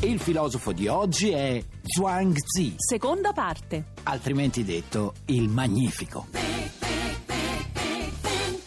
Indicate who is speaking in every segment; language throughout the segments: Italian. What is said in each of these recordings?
Speaker 1: Il filosofo di oggi è Zhuangzi,
Speaker 2: Seconda parte.
Speaker 1: altrimenti detto il Magnifico.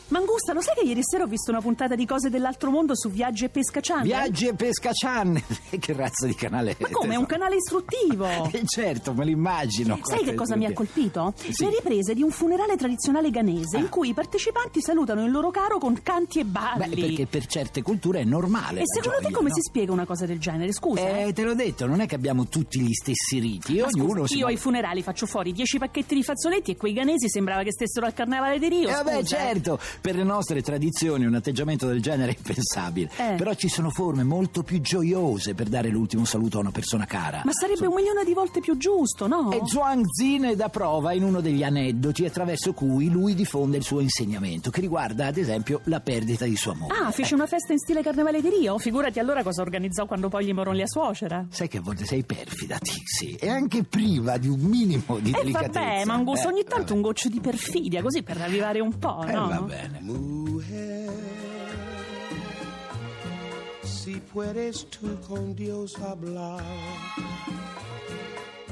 Speaker 2: Mangusta, lo sai che ieri sera ho visto una puntata di cose dell'altro mondo su Viaggi e Pesca Channel?
Speaker 1: Viaggi e Pesca Channel, che razza di canale
Speaker 2: Ah, Ma come? È un canale istruttivo!
Speaker 1: Eh, certo, me l'immagino.
Speaker 2: Sai che cosa mi ha colpito?
Speaker 1: Sì.
Speaker 2: Le riprese di un funerale tradizionale ghanese
Speaker 1: Ah.
Speaker 2: in cui i partecipanti salutano il loro caro con canti e
Speaker 1: Beh,
Speaker 2: balli.
Speaker 1: perché per certe culture è normale.
Speaker 2: E
Speaker 1: la
Speaker 2: secondo te
Speaker 1: gioia,
Speaker 2: come
Speaker 1: no?
Speaker 2: si spiega una cosa del genere? Scusa. eh.
Speaker 1: Eh, te l'ho detto, non è che abbiamo tutti gli stessi riti,
Speaker 2: Ma scusa,
Speaker 1: ognuno si
Speaker 2: io ai funerali faccio fuori 10 pacchetti di fazzoletti e quei ganesi sembrava che stessero al carnevale di Rio.
Speaker 1: Eh, vabbè,
Speaker 2: scusa, eh.
Speaker 1: certo, per le nostre tradizioni un atteggiamento del genere è impensabile.
Speaker 2: Eh.
Speaker 1: Però ci sono forme molto più gioiose per dare l'ultimo saluto a una persona cara.
Speaker 2: Ma sarebbe un milione di volte più giusto, no?
Speaker 1: E Zhuang Zi ne dà prova in uno degli aneddoti attraverso cui lui diffonde il suo insegnamento, che riguarda ad esempio la perdita di sua moglie.
Speaker 2: Ah, fece una festa in stile carnevale di Rio? Figurati allora cosa organizzò quando poi gli morò la suocera.
Speaker 1: Sai che a volte sei perfida, Tixi, e anche priva di un minimo di
Speaker 2: E
Speaker 1: delicatezza.
Speaker 2: Eh, vabbè, Mangusto,
Speaker 1: Eh,
Speaker 2: ogni tanto
Speaker 1: vabbè.
Speaker 2: un goccio di perfidia, così per ravvivare un po',
Speaker 1: Eh,
Speaker 2: no?
Speaker 1: va bene.
Speaker 3: Mujer, si puedes tú con Dios hablar,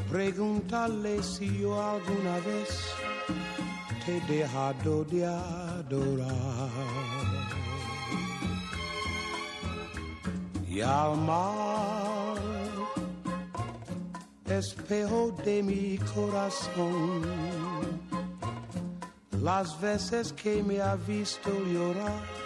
Speaker 3: pregúntale si yo alguna vez te he dejado de adorar. Y al mar, espejo de mi corazón las veces que me ha visto llorar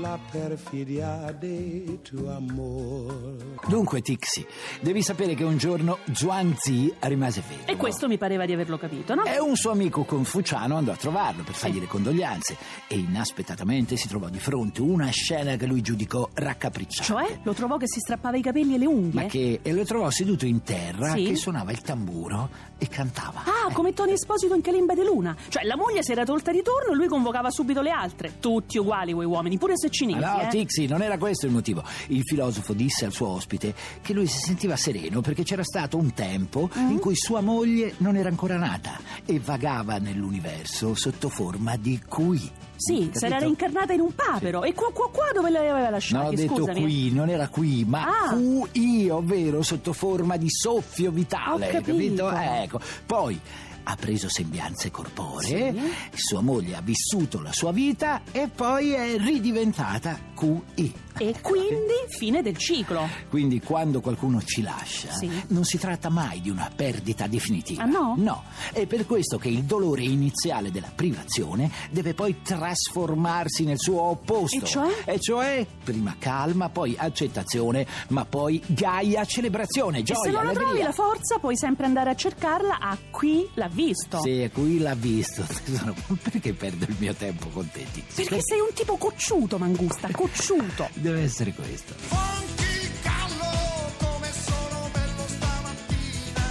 Speaker 3: la perfidia de tu amor.
Speaker 1: Dunque, Tixi, devi sapere che un giorno Zhuang Zi rimase vedovo.
Speaker 2: E questo mi pareva di averlo capito, no?
Speaker 1: E un suo amico confuciano andò a trovarlo per fargli le condoglianze e inaspettatamente si trovò di fronte a una scena che lui giudicò raccapricciante.
Speaker 2: Cioè, lo trovò che si strappava i capelli e le
Speaker 1: eh. Ma
Speaker 2: unghie.
Speaker 1: che e lo trovò seduto in terra
Speaker 2: Cioè? Sì.
Speaker 1: che suonava il tamburo e cantava.
Speaker 2: Ah, come Tony Esposito in Calimba di Luna. Cioè, la moglie si era tolta di turno e lui convocava subito le altre. Tutti uguali quei uomini, pure se cinesi.
Speaker 1: Ma no,
Speaker 2: eh.
Speaker 1: Tixi, non era questo il motivo. Il filosofo disse al suo ospite che lui si sentiva sereno perché c'era stato un tempo
Speaker 2: Mm?
Speaker 1: in cui sua moglie non era ancora nata e vagava nell'universo sotto forma di qui.
Speaker 2: Sì, si era
Speaker 1: Capito?
Speaker 2: reincarnata in un papero. E qua, qua, qua dove le aveva
Speaker 1: No, ho
Speaker 2: lasciate?
Speaker 1: detto
Speaker 2: Scusami.
Speaker 1: qui, non era qui, ma
Speaker 2: Ah.
Speaker 1: QI, ovvero sotto forma di soffio vitale,
Speaker 2: Ho capito.
Speaker 1: Eh, Ecco. Poi ha preso sembianze corporee,
Speaker 2: Sì.
Speaker 1: sua moglie ha vissuto la sua vita e poi è ridiventata QI.
Speaker 2: E quindi, fine del ciclo.
Speaker 1: Quindi quando qualcuno ci lascia,
Speaker 2: Sì.
Speaker 1: non si tratta mai di una perdita definitiva.
Speaker 2: Ah, no?
Speaker 1: No, è per questo che il dolore iniziale della privazione deve poi trasformarsi nel suo opposto.
Speaker 2: E cioè?
Speaker 1: E cioè, prima calma, poi accettazione, ma poi gaia, celebrazione, gioia,
Speaker 2: e se non la trovi
Speaker 1: allegria.
Speaker 2: la forza, puoi sempre andare a cercarla a qui l'ha visto.
Speaker 1: Sì, qui l'ha visto, tesoro. ma Perché perdo il mio tempo con te, Tizio?
Speaker 2: Perché sei un tipo cocciuto, Mangusta, cocciuto.
Speaker 1: Deve essere questo.
Speaker 4: Funky callo come sono bello stamattina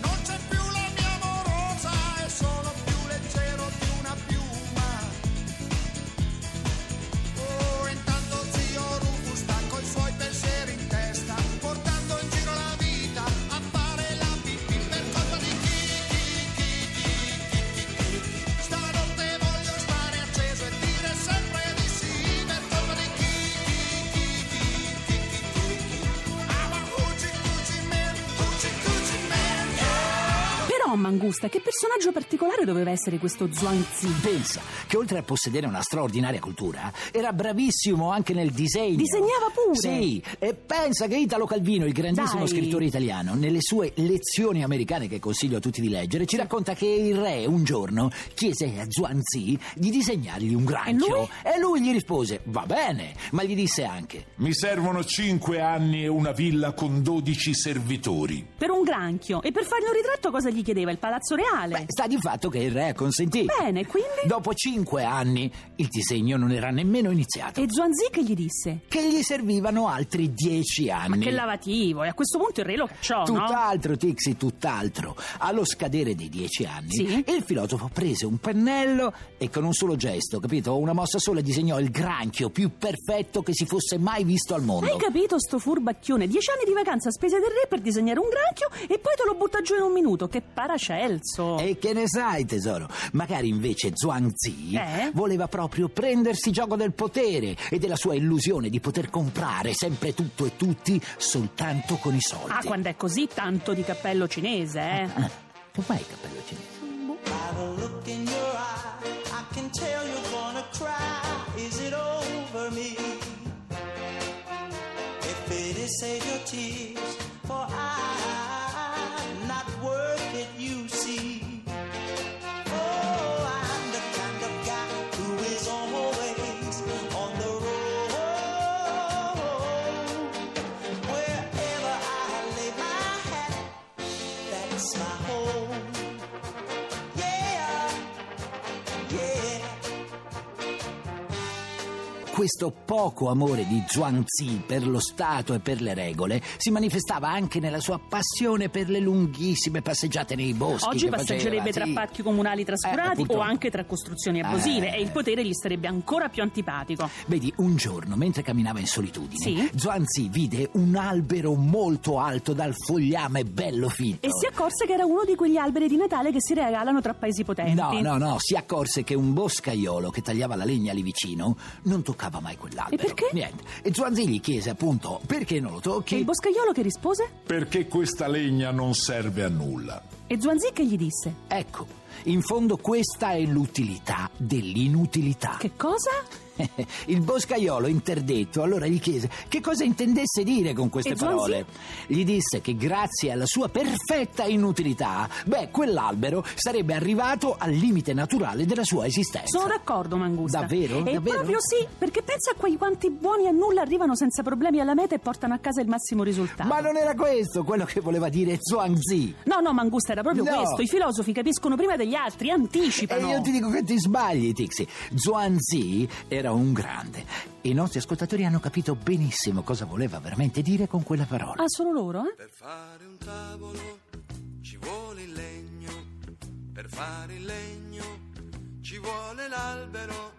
Speaker 4: Non c'è più la mia amorosa e sono più leggero di una piuma Oh, intanto zio Rufus sta coi suoi pensieri in testa Portando in giro la vita a fare la pipì per colpa di chi, chi, chi, chi, chi, chi, chi Stanotte voglio stare acceso e dire sempre di sì per colpa di chi, chi, chi, chi, chi, chi, chi, chi Ama Gucci, Gucci Man, Gucci, Gucci Man,
Speaker 2: Però, Mangusta, che personaggio particolare doveva essere questo Zhuangzi?
Speaker 1: Pensa che oltre a possedere una straordinaria cultura, era bravissimo anche nel disegno.
Speaker 2: Disegnava pure!
Speaker 1: Sì, e pensa che Italo Calvino, il grandissimo
Speaker 2: Dai.
Speaker 1: scrittore italiano, nelle sue lezioni americane che consiglio a tutti di leggere, ci racconta che il re un giorno chiese a Zhuangzi di disegnargli un granchio. E lui? gli rispose: Va bene, ma gli disse anche.
Speaker 5: Mi servono cinque anni e una villa con 12 servitori.
Speaker 2: Per un granchio. E per fargli un ritratto cosa gli chiedeva il Palazzo Reale.
Speaker 1: Beh, sta di fatto che il re consentì.
Speaker 2: Bene, quindi?
Speaker 1: Dopo cinque anni il disegno non era nemmeno iniziato.
Speaker 2: E Zuanzi che gli disse?
Speaker 1: Che gli servivano altri dieci anni.
Speaker 2: Ma che lavativo! E a questo punto il re lo cacciò, no?
Speaker 1: Tutt'altro, Tixi, tutt'altro. Allo scadere dei dieci anni,
Speaker 2: Sì.
Speaker 1: il filosofo prese un pennello e con un solo gesto, capito? Una mossa sola disegnò il granchio più perfetto che si fosse mai visto al mondo.
Speaker 2: Hai capito sto furbacchione? Dieci anni di vacanza a spese del re per disegnare un granchio e poi te lo butta giù in un minuto. Che paracelso!
Speaker 1: E che ne sai, tesoro? Magari invece Zhuangzi
Speaker 2: Eh?
Speaker 1: voleva proprio prendersi gioco del potere e della sua illusione di poter comprare sempre tutto e tutti soltanto con i soldi.
Speaker 2: Ah, quando è così tanto di cappello cinese, eh?
Speaker 1: Ah, com'è il cappello cinese?
Speaker 5: By the look in your eye, I can tell you're gonna cry. Is it over me? If pity save your tears, for I'm not worth it, you see. Oh, I'm the kind of guy who is always on the road. Wherever I lay my hat, that's my home. Yeah, yeah.
Speaker 1: Questo poco amore di Zhuangzi per lo Stato e per le regole si manifestava anche nella sua passione per le lunghissime passeggiate nei boschi.
Speaker 2: Oggi
Speaker 1: che
Speaker 2: passeggerebbe
Speaker 1: faceva,
Speaker 2: tra
Speaker 1: sì.
Speaker 2: parchi comunali trascurati
Speaker 1: Eh, appunto.
Speaker 2: o anche tra costruzioni abusive
Speaker 1: Eh.
Speaker 2: e il potere gli sarebbe ancora più antipatico.
Speaker 1: Vedi, un giorno, mentre camminava in solitudine,
Speaker 2: Sì?
Speaker 1: Zhuangzi vide un albero molto alto dal fogliame bello fitto.
Speaker 2: E si accorse che era uno di quegli alberi di Natale che si regalano tra paesi potenti.
Speaker 1: No, no, no, si accorse che un boscaiolo che tagliava la legna lì vicino non toccava mai quell'albero.
Speaker 2: E perché?
Speaker 1: Niente. E Zhuangzi gli chiese appunto perché non lo
Speaker 2: E
Speaker 1: tocchi.
Speaker 2: il boscaiolo che rispose?
Speaker 6: Perché questa legna non serve a nulla.
Speaker 2: E Zuanzi che gli disse?
Speaker 1: ecco, in fondo questa è l'utilità dell'inutilità.
Speaker 2: Che cosa?
Speaker 1: Il boscaiolo interdetto allora gli chiese che cosa intendesse dire con queste
Speaker 2: E Zhuangzi?
Speaker 1: parole. Gli disse che grazie alla sua perfetta inutilità, beh, quell'albero sarebbe arrivato al limite naturale della sua esistenza.
Speaker 2: Sono d'accordo, Mangusta.
Speaker 1: Davvero?
Speaker 2: E
Speaker 1: Davvero?
Speaker 2: proprio sì, perché pensa a quei quanti buoni a nulla arrivano senza problemi alla meta e portano a casa il massimo risultato.
Speaker 1: Ma non era questo quello che voleva dire Zhuangzi.
Speaker 2: No, no, Mangusta, era proprio
Speaker 1: No.
Speaker 2: questo. I filosofi capiscono prima degli altri,
Speaker 1: E
Speaker 2: anticipano.
Speaker 1: io ti dico che ti sbagli, Tixi. Zhuangzi era un grande. I nostri ascoltatori hanno capito benissimo cosa voleva veramente dire con quella parola.
Speaker 2: Ah, solo loro, eh?
Speaker 4: Per fare un tavolo ci vuole il legno, per fare il legno ci vuole l'albero,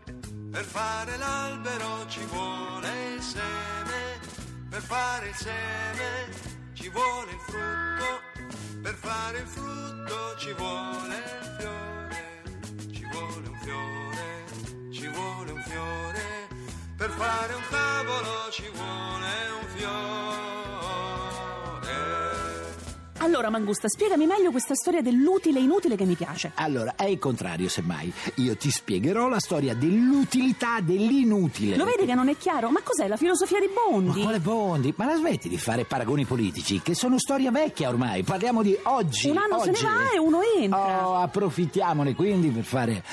Speaker 4: per fare l'albero ci vuole il seme, per fare il seme ci vuole il frutto, per fare il frutto ci vuole il fiore, ci vuole un fiore, ci vuole un fiore, per fare un tavolo ci vuole un fiore.
Speaker 2: Allora, Mangusta, spiegami meglio questa storia dell'utile e inutile che mi piace.
Speaker 1: Allora, è il contrario, semmai. Io ti spiegherò la storia dell'utilità dell'inutile.
Speaker 2: Lo vedi che non è chiaro? Ma cos'è la filosofia di
Speaker 1: Ma
Speaker 2: Bondi?
Speaker 1: quale Bondi? Ma la smetti di fare paragoni politici, che sono storia vecchia ormai. Parliamo di oggi.
Speaker 2: Un anno se ne
Speaker 1: oggi.
Speaker 2: va e uno entra.
Speaker 1: Oh, approfittiamone quindi per fare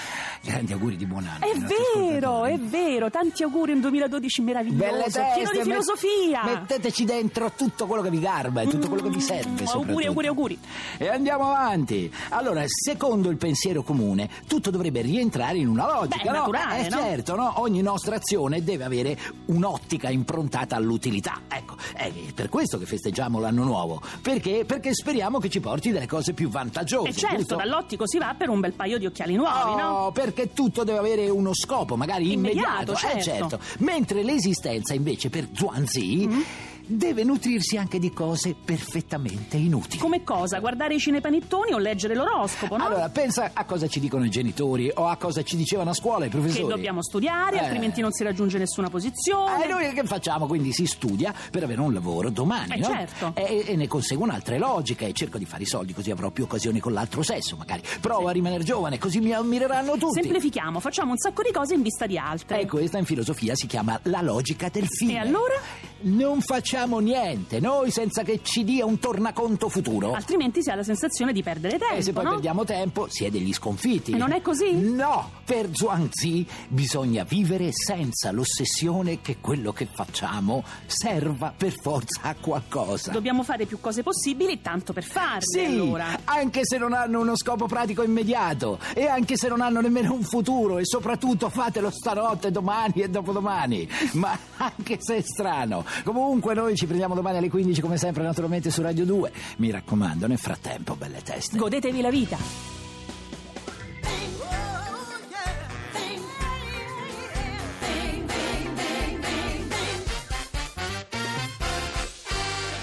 Speaker 1: grandi auguri di buon anno.
Speaker 2: È
Speaker 1: ai nostri
Speaker 2: vero,
Speaker 1: ascoltatori.
Speaker 2: è vero. Tanti auguri, un 2012 meraviglioso,
Speaker 1: Belle teste,
Speaker 2: pieno di
Speaker 1: met-
Speaker 2: filosofia.
Speaker 1: Metteteci dentro tutto quello che vi garba e tutto quello che vi serve.
Speaker 2: Mm, auguri,
Speaker 1: soprattutto.
Speaker 2: auguri, auguri.
Speaker 1: E andiamo avanti. Allora, secondo il pensiero comune, tutto dovrebbe rientrare in una logica,
Speaker 2: Beh,
Speaker 1: no?
Speaker 2: naturale,
Speaker 1: eh,
Speaker 2: no?
Speaker 1: certo, no? Ogni nostra azione deve avere un'ottica improntata all'utilità. Ecco, è per questo che festeggiamo l'anno nuovo. Perché? Perché speriamo che ci porti delle cose più vantaggiose.
Speaker 2: E certo,
Speaker 1: giusto?
Speaker 2: dall'ottico si va per un bel paio di occhiali nuovi, no?
Speaker 1: Oh, perché tutto deve avere uno scopo, magari immediato,
Speaker 2: Immediato,
Speaker 1: eh,
Speaker 2: certo. Mm-hmm.
Speaker 1: Mentre l'esistenza, invece, per Zhuangzi, deve nutrirsi anche di cose perfettamente inutili.
Speaker 2: Come cosa? Guardare i cinepanettoni o leggere l'oroscopo, no?
Speaker 1: Allora, pensa a cosa ci dicono i genitori o a cosa ci dicevano a scuola i
Speaker 2: che
Speaker 1: professori.
Speaker 2: dobbiamo studiare,
Speaker 1: Eh.
Speaker 2: altrimenti non si raggiunge nessuna posizione.
Speaker 1: E noi che facciamo? Quindi si studia per avere un lavoro domani,
Speaker 2: Eh,
Speaker 1: no?
Speaker 2: certo.
Speaker 1: E, e ne conseguono altre logiche. Cerco di fare i soldi così avrò più occasioni con l'altro sesso, magari. Provo a rimanere giovane, così mi ammireranno tutti.
Speaker 2: Semplifichiamo, facciamo un sacco di cose in vista di altre.
Speaker 1: E questa in filosofia si chiama la logica del fine.
Speaker 2: E allora?
Speaker 1: non facciamo niente noi senza che ci dia un tornaconto futuro.
Speaker 2: Altrimenti si ha la sensazione di perdere tempo.
Speaker 1: E Oh. Eh, se poi
Speaker 2: no?
Speaker 1: perdiamo tempo si è degli sconfitti.
Speaker 2: E non è così?
Speaker 1: No, per Zhuangzi bisogna vivere senza l'ossessione che quello che facciamo serva per forza a qualcosa.
Speaker 2: Dobbiamo fare più cose possibili, tanto per farle
Speaker 1: sì,
Speaker 2: allora.
Speaker 1: anche se non hanno uno scopo pratico immediato e anche se non hanno nemmeno un futuro e soprattutto fatelo stanotte, domani e dopodomani, ma anche se è strano. Comunque noi ci prendiamo domani alle 15 come sempre naturalmente su Radio 2. Mi raccomando, nel frattempo belle teste.
Speaker 2: Godetevi la vita.
Speaker 4: Oh,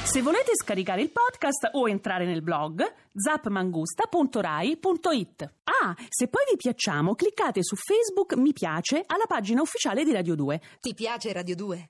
Speaker 2: Se volete scaricare il podcast o entrare nel blog zapmangusta.rai.it. Ah, se poi vi piacciamo, cliccate su Facebook Mi piace alla pagina ufficiale di Radio 2.
Speaker 7: Ti piace Radio 2?